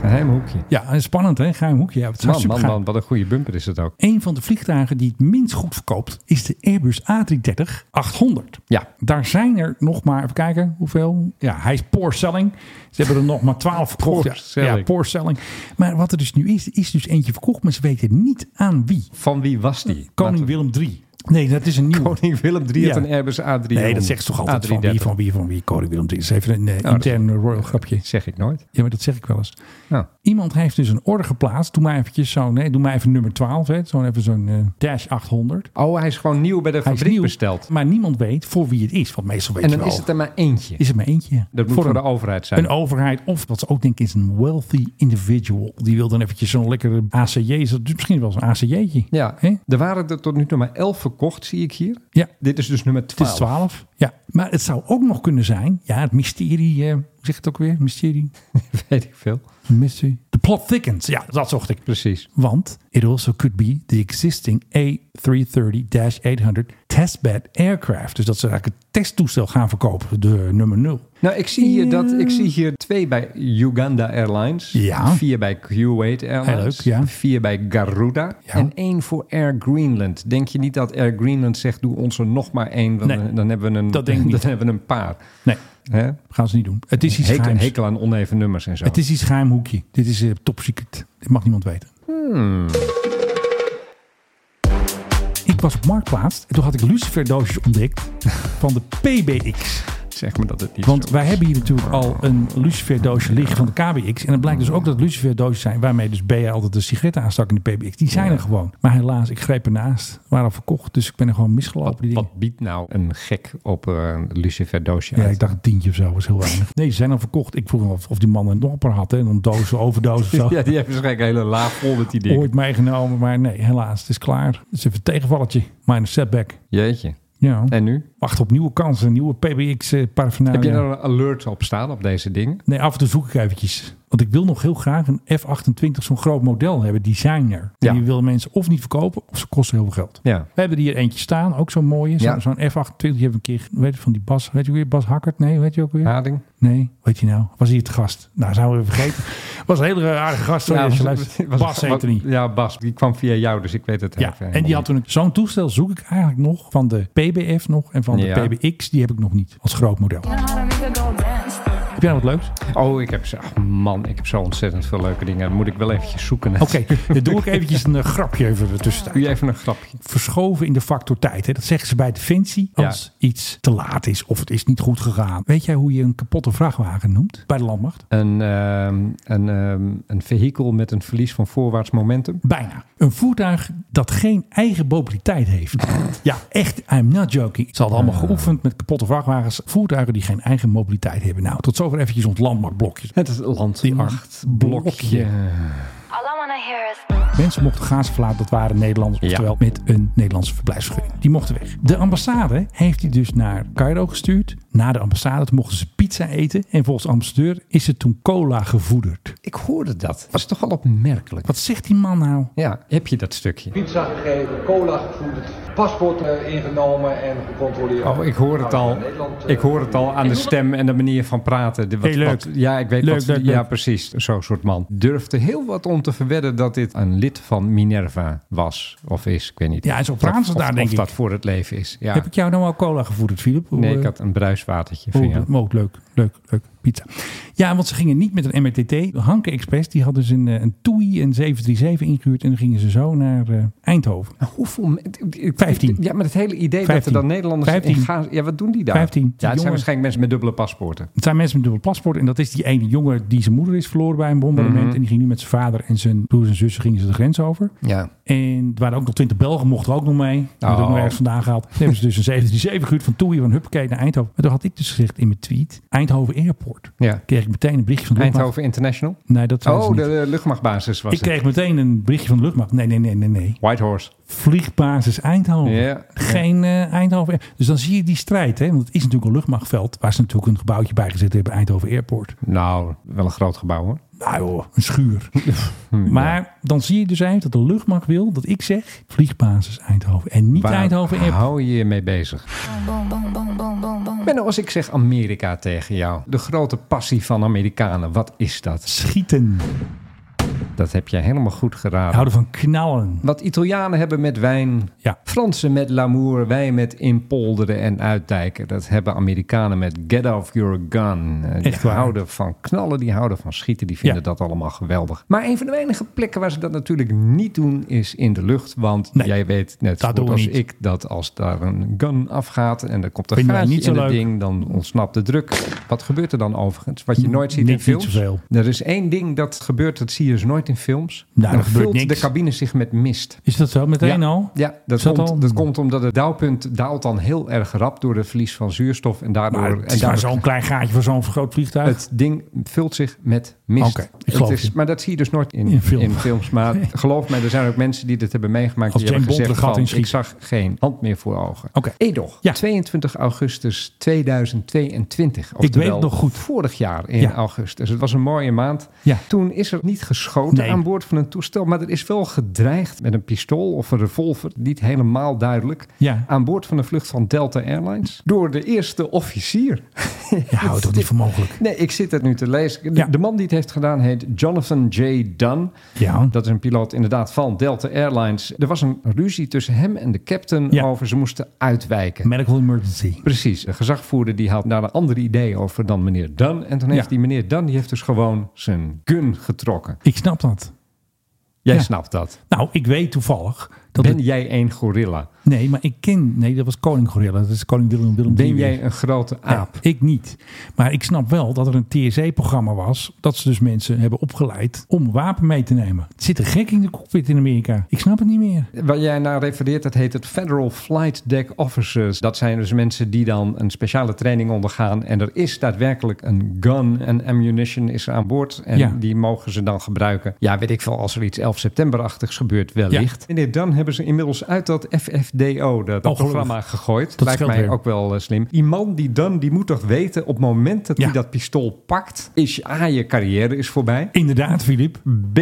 I: Geheim hoekje.
H: Ja, en spannend hè? Geheim hoekje. Ja, het is
I: Man,
H: super
I: man, man, wat een goede bumper is het ook.
H: Een van de vliegtuigen die het minst goed verkoopt is de Airbus A330-800.
I: Ja.
H: Daar zijn er nog maar, even kijken hoeveel. Ja, hij is poor selling. Ze hebben er nog maar 12 verkocht.
I: Poor
H: Ja,
I: selling.
H: Ja, poor selling. Maar wat er dus nu is, is dus eentje verkocht, maar ze weten niet aan wie.
I: Van wie was die?
H: Koning Willem III. Nee, dat is een nieuwe.
I: Koning Willem III
H: Ja.
I: had een Airbus A3.
H: Nee, dat zegt ze toch altijd van wie, van wie, van wie. Koning Willem III. Dat is even een eh,
I: Oh, dat is-
H: intern royal grapje.
I: Zeg ik nooit.
H: Ja, maar dat zeg ik wel eens.
I: Nou,
H: Iemand heeft dus een order geplaatst. Doe maar eventjes zo'n, nee, doe maar even nummer 12. Hè. Zo'n even zo'n eh, Dash 800.
I: Oh, hij is gewoon nieuw bij de
H: Hij is
I: fabriek
H: nieuw,
I: besteld.
H: Maar niemand weet voor wie het is. Want meestal weet
I: En
H: je
I: dan
H: wel.
I: is het er maar eentje.
H: Is het maar eentje.
I: Dat moet voor, de overheid zijn.
H: Een overheid. Of wat ze ook denken is een wealthy individual. Die wil dan eventjes zo'n lekkere ACJ. Is dat dus misschien wel eens een ACJ'tje.
I: Ja,
H: Hè?
I: er waren er tot nu toe maar 11 verkocht, zie ik hier.
H: Ja.
I: Dit is dus nummer
H: Het
I: 12.
H: is 12. Ja, maar het zou ook nog kunnen zijn. Ja, het mysterie. eh, hoe zeg je het ook weer? Mysterie.
I: Weet ik veel.
H: Mystery. The plot thickens. Ja, dat zocht ik.
I: Precies.
H: Want it also could be the existing A330-800 testbed aircraft. Dus dat ze eigenlijk het testtoestel gaan verkopen. De nummer 0.
I: Nou, ik zie, hier dat, ik zie hier twee bij Uganda Airlines.
H: Ja.
I: Vier bij Kuwait Airlines.
H: Heel leuk, ja.
I: Vier bij Garuda. En één voor Air Greenland. Denk je niet dat Air Greenland zegt, doe ons er nog maar één. want
H: Nee.
I: Dan, dan hebben we een,
H: Dat denk ik
I: dan
H: niet.
I: hebben we een paar.
H: Nee,
I: Hè?
H: gaan ze niet doen. Het is iets
I: hekel,
H: geheims.
I: hekel aan oneven nummers en zo.
H: Het is iets geheim hoekje. Dit is eh, top secret. Dit mag niemand weten.
I: Hmm.
H: Ik was op Marktplaats en toen had ik luciferdoosjes ontdekt van de PBX.
I: Zeg me dat het niet
H: Want
I: zo
H: wij
I: is.
H: hebben hier natuurlijk al een luciferdoosje liggen van de KBX. En het blijkt dus ook dat luciferdoosjes zijn waarmee dus BA altijd de sigaretten aanstak in de PBX. Die zijn er gewoon. Maar helaas, ik greep ernaast. Waren al verkocht, dus ik ben er gewoon misgelopen. Die dingen.
I: Wat biedt nou een gek op eh, een lucifer doosje
H: Ja,
I: uit?
H: ik dacht een tientje of zo was heel weinig. Nee, ze zijn al verkocht. Ik vroeg me af of die man er nog een paar had. Hè, en een doos, overdoos of zo.
I: ja, die heeft waarschijnlijk een hele laag vol met die dingen.
H: Ooit meegenomen, maar nee, helaas. Het is klaar. Het is even een tegenvalletje. Minor setback.
I: Jeetje.
H: Ja.
I: En nu?
H: Wacht op nieuwe kansen, nieuwe PBX eh
I: Heb je
H: paraphernalia.
I: daar een alert op staan op deze dingen?
H: Nee, af en toe zoek ik eventjes. Want ik wil nog heel graag een F28, zo'n groot model hebben. Designer. En
I: Ja.
H: Die willen mensen of niet verkopen, of ze kosten heel veel geld.
I: Ja.
H: We hebben hier eentje staan, ook zo'n mooie. Zo-
I: Ja.
H: Zo'n F28 die hebben we een keer, weet je, van die Bas, weet je ook weer, Bas Hakkert? Nee, weet je ook weer?
I: Hading?
H: Nee, weet je nou? Was hier te gast? Nou, zouden we vergeten. Was een hele aardige gast. Sorry, als je luistert. Bas heette die.
I: Ja, Bas. Die kwam via jou, dus ik weet het
H: Ja,
I: even
H: en die
I: helemaal
H: had toen een- zo'n toestel zoek ik eigenlijk nog van de PBF nog en van de
I: Ja.
H: PBX die heb ik nog niet als groot model. Heb jij nog wat leuks?
I: niet. Oh, ik heb zo... ach, man, ik heb zo ontzettend veel leuke dingen. Dan moet ik wel eventjes zoeken.
H: Oké, dan doe ik eventjes een eh, grapje even ertussen.
I: Doe je even een grapje.
H: Verschoven in de factor tijd. Hè? Dat zeggen ze bij Defensie
I: Ja.
H: als iets te laat is of het is niet goed gegaan. Weet jij hoe je een kapotte vrachtwagen noemt bij de landmacht?
I: Een, ehm, een, ehm, een vehikel met een verlies van voorwaarts momentum.
H: Bijna. Een voertuig dat geen eigen mobiliteit heeft. Ja, echt, I'm not joking. Eh. Ze hadden allemaal geoefend met kapotte vrachtwagens. Voertuigen die geen eigen mobiliteit hebben. Nou, tot zover eventjes ons landmachtblokje.
I: Het is landmachtblokje.
H: Mensen mochten Gaza verlaten, dat waren Nederlanders, oftewel met een Nederlandse verblijfsvergunning. Die mochten weg. De ambassade heeft die dus naar Cairo gestuurd. Na de ambassade toen mochten ze pizza eten en volgens de ambassadeur is het toen cola gevoederd.
I: Ik hoorde dat. Dat is toch wel opmerkelijk.
H: Wat zegt die man nou?
I: Ja, heb je dat stukje?
N: Pizza gegeven, cola gevoerd, paspoort eh, ingenomen en gecontroleerd.
I: Oh, ik hoor het al. Ik hoor het al aan de stem en de manier van praten. De-
H: Hey, leuk.
I: ja, ik weet
H: Leuk,
I: wat.
H: leuk,
I: ja,
H: leuk.
I: precies. Zo'n soort man. Durfde heel wat om te verwedden dat dit een lid van Minerva was of is. Ik weet niet.
H: Ja, en zo
I: Of-
H: praten ze
I: of-
H: daar, denk
I: Of
H: ik.
I: dat voor het leven is. Ja.
H: Heb ik jou nou al cola gevoederd, Filip? Hoe,
I: Nee,
H: eh,
I: ik had een bruiswatertje van
H: Oh,
I: jou.
H: dat- oh, leuk, leuk, leuk. Pizza. Ja, want ze gingen niet met een MRTT. De Hanke Express, die hadden ze een, eh, een TUI, een 737 ingehuurd. En dan gingen ze zo naar eh, Eindhoven.
I: Hoeveel?
H: 15.
I: Ja, maar het hele idee dat er
H: 15.
I: dan Nederlanders in
H: 15.
I: gaan. Ja, wat doen die daar?
H: 15.
I: Ja, het zijn
H: Jongen.
I: waarschijnlijk mensen met dubbele paspoorten.
H: Het zijn mensen met dubbel paspoort. En dat is die ene jongen die zijn moeder is verloren bij een bombardement.
I: Mhm.
H: En die ging nu met zijn vader en zijn broers en zussen gingen ze de grens over.
I: Ja.
H: En er waren ook nog twintig Belgen, mochten ook nog mee. Die hebben het ook
I: Oh.
H: nog ergens vandaan gehaald. Toen hebben ze dus een 737 gehuurd van Toei van Huppakee naar Eindhoven. Maar toen had ik dus gezegd in mijn tweet, Eindhoven Airport.
I: Ja.
H: Kreeg ik meteen een berichtje van de luchtmacht.
I: Eindhoven International.
H: Nee, dat zijn ze
I: Oh,
H: niet.
I: de eh, luchtmachtbasis was
H: Ik
I: het.
H: kreeg meteen een berichtje van de luchtmacht. Nee, nee, nee, nee, nee.
I: Whitehorse.
H: Vliegbasis Eindhoven.
I: Ja.
H: Geen eh, Eindhoven. Air- Dus dan zie je die strijd. Hè? Want het is natuurlijk een luchtmachtveld. Waar ze natuurlijk een gebouwtje bij gezet hebben. Eindhoven Airport.
I: Nou, wel een groot gebouw hoor.
H: Nou joh, een schuur. maar dan zie je dus eigenlijk dat de luchtmacht wil dat ik zeg vliegbasis Eindhoven. En niet
I: Waar
H: Eindhoven Airport.
I: hou je je mee bezig? Benno, als ik zeg Amerika tegen jou, de grote passie van Amerikanen, wat is dat?
H: Schieten.
I: Dat heb jij helemaal goed
H: We
I: geraden.
H: houden van knallen.
I: Wat Italianen hebben met wijn,
H: Ja.
I: Fransen met l'amour, wij met inpolderen en uitdijken. Dat hebben Amerikanen met get off your gun. Eh, Die
H: Echt waar.
I: houden van knallen, die houden van schieten, die vinden
H: Ja.
I: dat allemaal geweldig. Maar een van de weinige plekken waar ze dat natuurlijk niet doen is in de lucht. Want
H: Nee,
I: jij weet net
H: dat doen
I: goed
H: we
I: als
H: niet.
I: ik dat als daar een gun afgaat en er komt een
H: Vinden wij
I: gaatje
H: niet zo
I: in het
H: leuk.
I: ding, dan ontsnapt de druk. Wat gebeurt er dan overigens? Wat je nooit ziet in
H: Niks, niet
I: films.
H: zoveel.
I: Er is één ding dat gebeurt, dat zie je dus nooit in films.
H: Nou,
I: dan
H: er gebeurt
I: vult
H: niks.
I: de cabine zich met mist.
H: Is dat zo meteen
I: ja,
H: al?
I: Ja, dat,
H: Is dat
I: komt,
H: al?
I: dat komt omdat het dauwpunt daalt dan heel erg rap door het verlies van zuurstof. En daardoor,
H: Maar het
I: en
H: is maar
I: daardoor
H: zo'n klein gaatje voor zo'n groot vliegtuig.
I: het ding vult zich met mist.
H: Oké, ik geloof
I: het is,
H: je.
I: Maar dat zie je dus nooit in,
H: In
I: in,
H: film.
I: films. Maar geloof mij, er zijn ook mensen die dit hebben meegemaakt.
H: Als
I: die hebben
H: James Bond
I: gezegd
H: er gat
I: van,
H: in schiet.
I: ik zag geen hand meer voor ogen. Oké. Edoch, 22 augustus 2022.
H: weet
I: oftewel
H: het nog goed.
I: Vorig jaar in
H: Ja.
I: augustus. Het was een mooie maand.
H: Ja.
I: Toen is er niet geschoten
H: Nee.
I: aan boord van een toestel. Maar er is wel gedreigd met een pistool of een revolver. Niet helemaal duidelijk.
H: Ja.
I: Aan boord van een vlucht van Delta Airlines. Door de eerste officier.
H: Je houdt toch niet voor mogelijk?
I: Nee, ik zit het nu te lezen. De, de man die het heeft gedaan heet Jonathan J. Dunn.
H: Ja.
I: Dat is een piloot inderdaad van Delta Airlines. Er was een ruzie tussen hem en de captain over ze moesten uitwijken.
H: Medical emergency.
I: Precies. De gezagvoerder die had daar een ander idee over dan meneer Dunn. En toen heeft
H: Ja.
I: die meneer Dunn die heeft dus gewoon zijn gun getrokken.
H: Ik snap dat.
I: Jij
H: Ja.
I: snapt dat.
H: Nou, ik weet toevallig dat
I: ben
H: het-
I: jij een gorilla?
H: Nee, maar ik ken... Nee, dat was koning gorilla. Dat is koning Willem Willem
I: Ben
H: III.
I: jij een grote aap?
H: Ja, ik niet. Maar ik snap wel dat er een TSE-programma was. Dat ze dus mensen hebben opgeleid om een wapen mee te nemen. Het zit een gek in de cockpit in Amerika. Ik snap het niet meer.
I: Waar jij naar refereert, dat heet het Federal Flight Deck Officers. Dat zijn dus mensen die dan een speciale training ondergaan. En er is daadwerkelijk een gun en ammunition is er aan boord. En
H: Ja.
I: die mogen ze dan gebruiken. Ja, weet ik veel, als er iets 11 septemberachtigs gebeurt, wellicht. Meneer Dan hebben ze inmiddels uit dat FFDO, dat, dat
H: Oh, gelukkig.
I: programma, gegooid.
H: Dat
I: Lijkt
H: scheelt
I: mij
H: weer.
I: ook wel eh, slim. Die man, die Dan, die moet toch weten op het moment dat hij dat pistool pakt... is A, je carrière is voorbij.
H: Inderdaad, Filip.
I: B,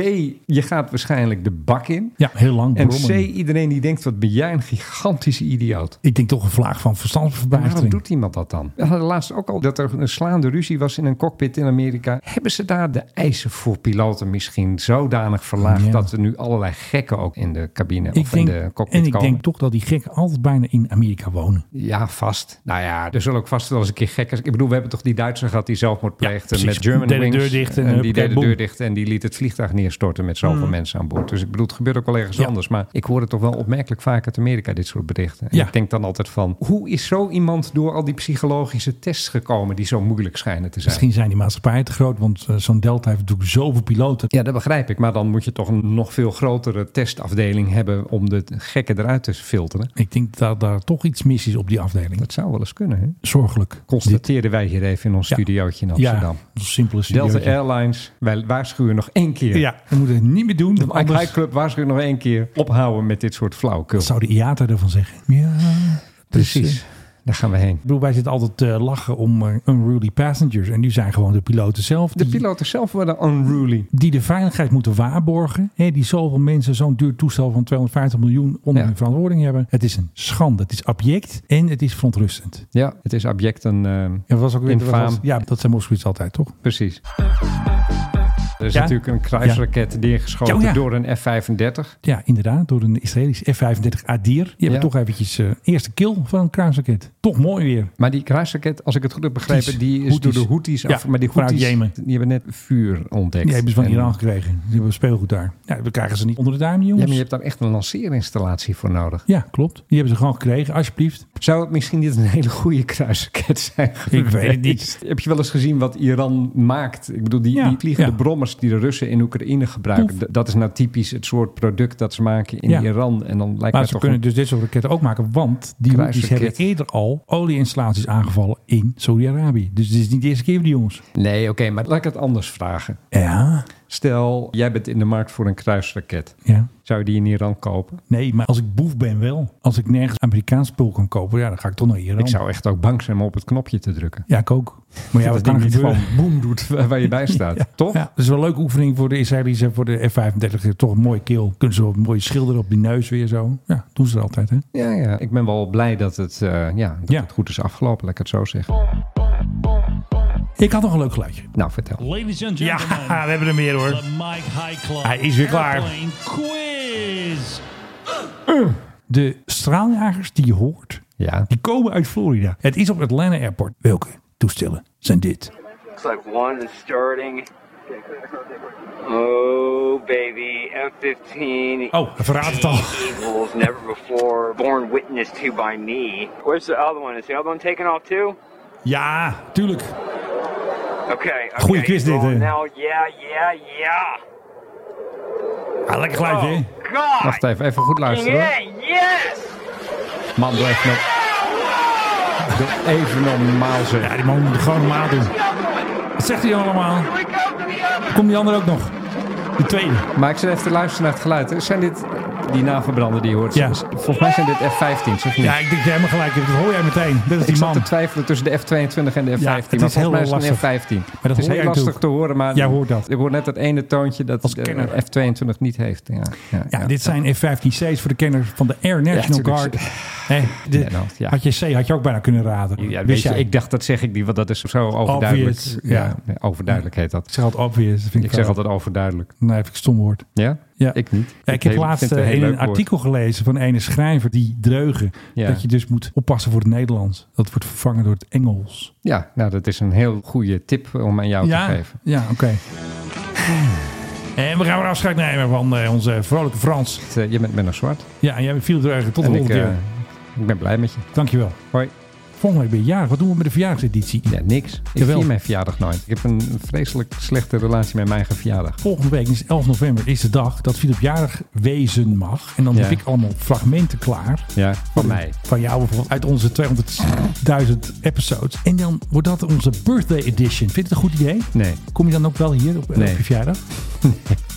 I: je gaat waarschijnlijk de bak in.
H: Ja, heel lang
I: En C,
H: brommen.
I: iedereen die denkt, wat ben jij een gigantische idioot.
H: Ik denk toch een vlaag van
I: Waarom
H: verstandsverbijstering.
I: doet iemand dat dan? We hadden laatst ook al dat er een slaande ruzie was in een cockpit in Amerika. Hebben ze daar de eisen voor piloten misschien zodanig verlaagd...
H: Ja.
I: dat er nu allerlei gekken ook in de cabine
H: Ik
I: of
H: denk,
I: in de cockpit
H: en ik
I: komen?
H: denk toch dat die gekken altijd bijna in Amerika wonen.
I: Ja, vast. Nou ja, er zullen ook vast wel eens een keer gekken... Ik bedoel, we hebben toch die Duitser gehad die zelfmoord pleegde
H: precies.
I: met German
H: Deed de
I: Wings.
H: deur dicht en
I: die
H: huppakee,
I: deed de
H: boem.
I: deur dicht en die liet het vliegtuig neerstorten met zoveel
H: Mm.
I: mensen aan boord. Dus ik bedoel, het gebeurt ook wel ergens anders. Maar ik hoor het toch wel opmerkelijk vaak uit Amerika, dit soort berichten. En
H: Ja.
I: ik denk dan altijd van, hoe is zo iemand door al die psychologische tests gekomen die zo moeilijk schijnen te zijn?
H: Misschien zijn die maatschappijen te groot, want eh, zo'n Delta heeft natuurlijk zoveel piloten.
I: Ja, dat begrijp ik. Maar dan moet je toch een nog veel grotere testafdeling hebben om de gekken eruit te filteren.
H: Ik denk dat daar toch iets mis is op die afdeling.
I: Dat zou wel eens kunnen, hè?
H: Zorgelijk.
I: Constateren wij hier even in ons studiootje in Amsterdam.
H: Ja, simpel is
I: Delta Airlines, wij waarschuwen nog één keer.
H: Ja, we moeten het niet meer doen.
I: De
H: want
I: Mike High
H: Anders,
I: Club waarschuwt nog één keer. Ophouden met dit soort flauwekul.
H: wat zou de IATA ervan zeggen? Ja,
I: Precies. Daar gaan we heen.
H: Ik bedoel, wij zitten altijd te lachen om eh, unruly passengers. En die zijn gewoon de piloten zelf.
I: De
H: Die,
I: piloten zelf worden unruly.
H: die de veiligheid moeten waarborgen. Hè, die zoveel mensen zo'n duur toestel van 250 miljoen onder
I: Ja.
H: hun verantwoording hebben. Het is een schande. Het is abject en het is verontrustend.
I: Ja, het is abject en eh,
H: Ja, was ook weer dat
I: infaam.
H: was- ja, dat zijn Moskowitz altijd, toch?
I: Precies. Er is
H: Ja?
I: natuurlijk een kruisraket neergeschoten
H: Ja, oh ja.
I: door een F-35.
H: Ja, inderdaad, door een Israëlisch F-35 Adir. Die hebben
I: Ja.
H: toch eventjes eh, eerste kill van een kruisraket. Toch mooi weer.
I: Maar die kruisraket, als ik het goed heb begrepen, die is
H: Houthis.
I: door de Houthis.
H: Ja,
I: af- maar die
H: vanuit
I: Houthis,
H: Jemen.
I: die hebben net vuur ontdekt.
H: Die hebben ze van
I: En-
H: Iran gekregen. Die hebben speelgoed daar. Ja, we krijgen ze niet onder de duim,
I: Ja,
H: jongens.
I: maar je hebt daar echt een lanceerinstallatie voor nodig.
H: Ja, klopt. Die hebben ze gewoon gekregen, alsjeblieft.
I: Zou het misschien niet een hele goede kruisraket zijn
H: Ik weet het niet.
I: geweest? Heb je wel eens gezien wat Iran maakt? Ik bedoel, die,
H: Ja,
I: die vliegende
H: ja.
I: brommers die de Russen in Oekraïne gebruiken.
H: Poef.
I: d- Dat is nou typisch het soort product dat ze maken in
H: Ja.
I: Iran. En dan lijkt
H: maar
I: het
H: ze
I: toch
H: kunnen
I: een-
H: dus dit soort raketten ook maken, want die Houthis
I: Kruisraket.
H: hebben eerder al olieinstallaties aangevallen in Saudi-Arabië. Dus dit is niet de eerste keer voor die jongens.
I: Nee, oké, maar laat ik het anders vragen.
H: Ja,
I: Stel, jij bent in de markt voor een kruisraket.
H: ja.
I: Zou je die in Iran kopen?
H: Nee, maar als ik boef ben wel. Als ik nergens Amerikaans spul kan kopen, ja, dan ga ik toch naar Iran.
I: Ik zou echt ook bang zijn om op het knopje te drukken.
H: Ja, ik ook. Maar ja, wat
I: dat
H: kan
I: ding
H: er
I: niet
H: gebeuren?
I: gewoon boem doet waar waar je bij staat. Toch?
H: Ja, dat is wel een leuke oefening voor de Israëli's en voor de F-35. Toch een mooie keel. Kunnen ze wel mooie schilderen op die neus weer zo. Ja, doen ze dat altijd, hè?
I: Ja, ja. Ik ben wel blij dat het, eh, ja, dat
H: Ja.
I: het goed is afgelopen, laat ik het zo zeggen.
H: Ik had nog een leuk geluidje.
I: Nou, vertel.
O: Ladies and
H: Ja,
O: gentlemen,
H: we hebben er meer hoor.
O: the Mike High Club
H: Hij is weer klaar.
O: Airplane Quiz.
H: De straaljagers die je hoort,
I: Ja.
H: die komen uit Florida. Het is op Atlanta Airport. Welke toestellen zijn dit?
P: Clip one is starting. Oh, baby, F-15.
H: Oh, hij verraadt het al.
P: Eagles never before born witness to by me. Where's the other one? Is the other one taking off too?
H: Ja, tuurlijk.
P: Okay. okay.
H: Goeie quiz dit,
P: Well,
H: hè?
P: Now, yeah, yeah, yeah.
H: Ah, lekker geluidje, hè?
P: God.
I: Wacht even, even goed luisteren. hoor.
P: Yeah, yes!
I: Man, blijf nog. Doe Even normaal zo.
H: Ja, die man moet het gewoon normaal doen. Wat zegt hij allemaal? Komt die ander ook nog? Die tweede.
I: Maar ik zit even te luisteren naar het geluid. hè. Zijn dit die navelbranden die je hoort?
H: Ja.
I: Volgens mij zijn dit F-15's, of niet?
H: Ja, ik denk dat je helemaal gelijk hebt. Dat hoor jij meteen. Dat is
I: ik
H: die
I: zat
H: man.
I: te twijfelen tussen de F-22 en de F-15.
H: Ja,
I: maar
H: het
I: volgens
H: is heel
I: mij is het een
H: lastig.
I: F-15.
H: Maar dat
I: het is heel
H: hoor jij
I: lastig
H: natuurlijk.
I: te horen, maar
H: Jij hoort dat.
I: ik hoor net dat ene toontje dat de
H: kenner.
I: F-22 niet heeft. Ja, ja,
H: Ja, dit zijn F-15C's voor de kenner van de Air National
I: tuurlijk.
H: Guard. Hè, de-
I: Nederland, ja.
H: Had je C had je ook bijna kunnen raden.
I: Ja,
H: Wist
I: weet je,
H: jij?
I: ik dacht dat zeg ik niet, want dat is zo overduidelijk.
H: Obvious,
I: ja.
H: ja.
I: nee, overduidelijk heet dat.
H: Ik zeg altijd obvious. Dat vind ik
I: Ik zeg
H: wel-
I: altijd overduidelijk.
H: Nee, vind ik een stom woord.
I: Ja?
H: Ja.
I: Ik niet.
H: Ja, ik heb
I: heel-
H: laatst
I: vind het
H: eh,
I: heel
H: in
I: leuk
H: een
I: woord.
H: artikel gelezen van een schrijver die dreugen.
I: Ja.
H: Dat je dus moet oppassen voor het Nederlands. Dat wordt vervangen door het Engels.
I: Ja, nou dat is een heel goede tip om aan jou
H: ja,
I: te geven.
H: ja oké. En we gaan weer afscheid nemen van eh, onze vrolijke Frans.
I: Het, eh, Je bent nog Zwart.
H: Ja, en jij viel dreugen. Tot de
I: En ik,
H: volgende keer.
I: eh, ik ben blij met je.
H: Dankjewel.
I: Hoi.
H: Volgende week ben je jarig. Wat doen we met de verjaardagseditie?
I: Ja, niks. Ik
H: Jawel.
I: vier mijn verjaardag nooit. Ik heb een vreselijk slechte relatie met mijn eigen verjaardag.
H: Volgende week is 11 november is de dag dat Philip jarig wezen mag. En dan
I: Ja.
H: heb ik allemaal fragmenten klaar.
I: Ja, van mij.
H: Van jou bijvoorbeeld uit onze 200.000 episodes. En dan wordt dat onze birthday edition. Vind je het een goed idee?
I: Nee.
H: Kom je dan ook wel hier op,
I: Nee.
H: op je verjaardag?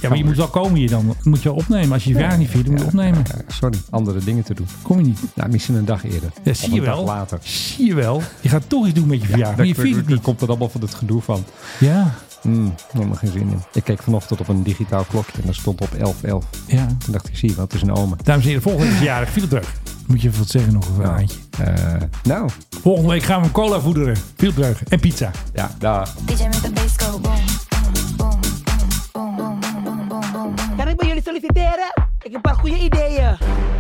H: Ja, maar je moet wel komen hier dan. Moet je wel opnemen. Als je je verjaardag niet viert, dan moet je opnemen.
I: Eh, sorry, andere dingen te doen.
H: Kom je niet.
I: Nou, misschien een dag eerder.
H: Ja,
I: Of
H: zie
I: een
H: je
I: dag
H: wel.
I: later.
H: Zie je wel. Je gaat toch iets doen met je verjaardag.
I: Daar
H: maar je viert het
I: daar
H: niet.
I: komt er allemaal van het gedoe van.
H: Ja,
I: Mm, ik heb er geen zin in. Ik keek vanochtend op een digitaal klokje en dat stond op 11.11.
H: ja.
I: Toen dacht ik, zie je wat, het is een omen.
H: Dames en heren, volgende week is verjaardag. Philip Dreug. Moet je even wat zeggen nog een eindje.
I: Eh, nou,
H: Volgende week gaan we hem cola voederen. Philip Dreug en pizza.
I: ja, daar.
D: DJ make the bass go boom.
B: Kan ik bij jullie solliciteren? Ik heb een paar goede ideeën.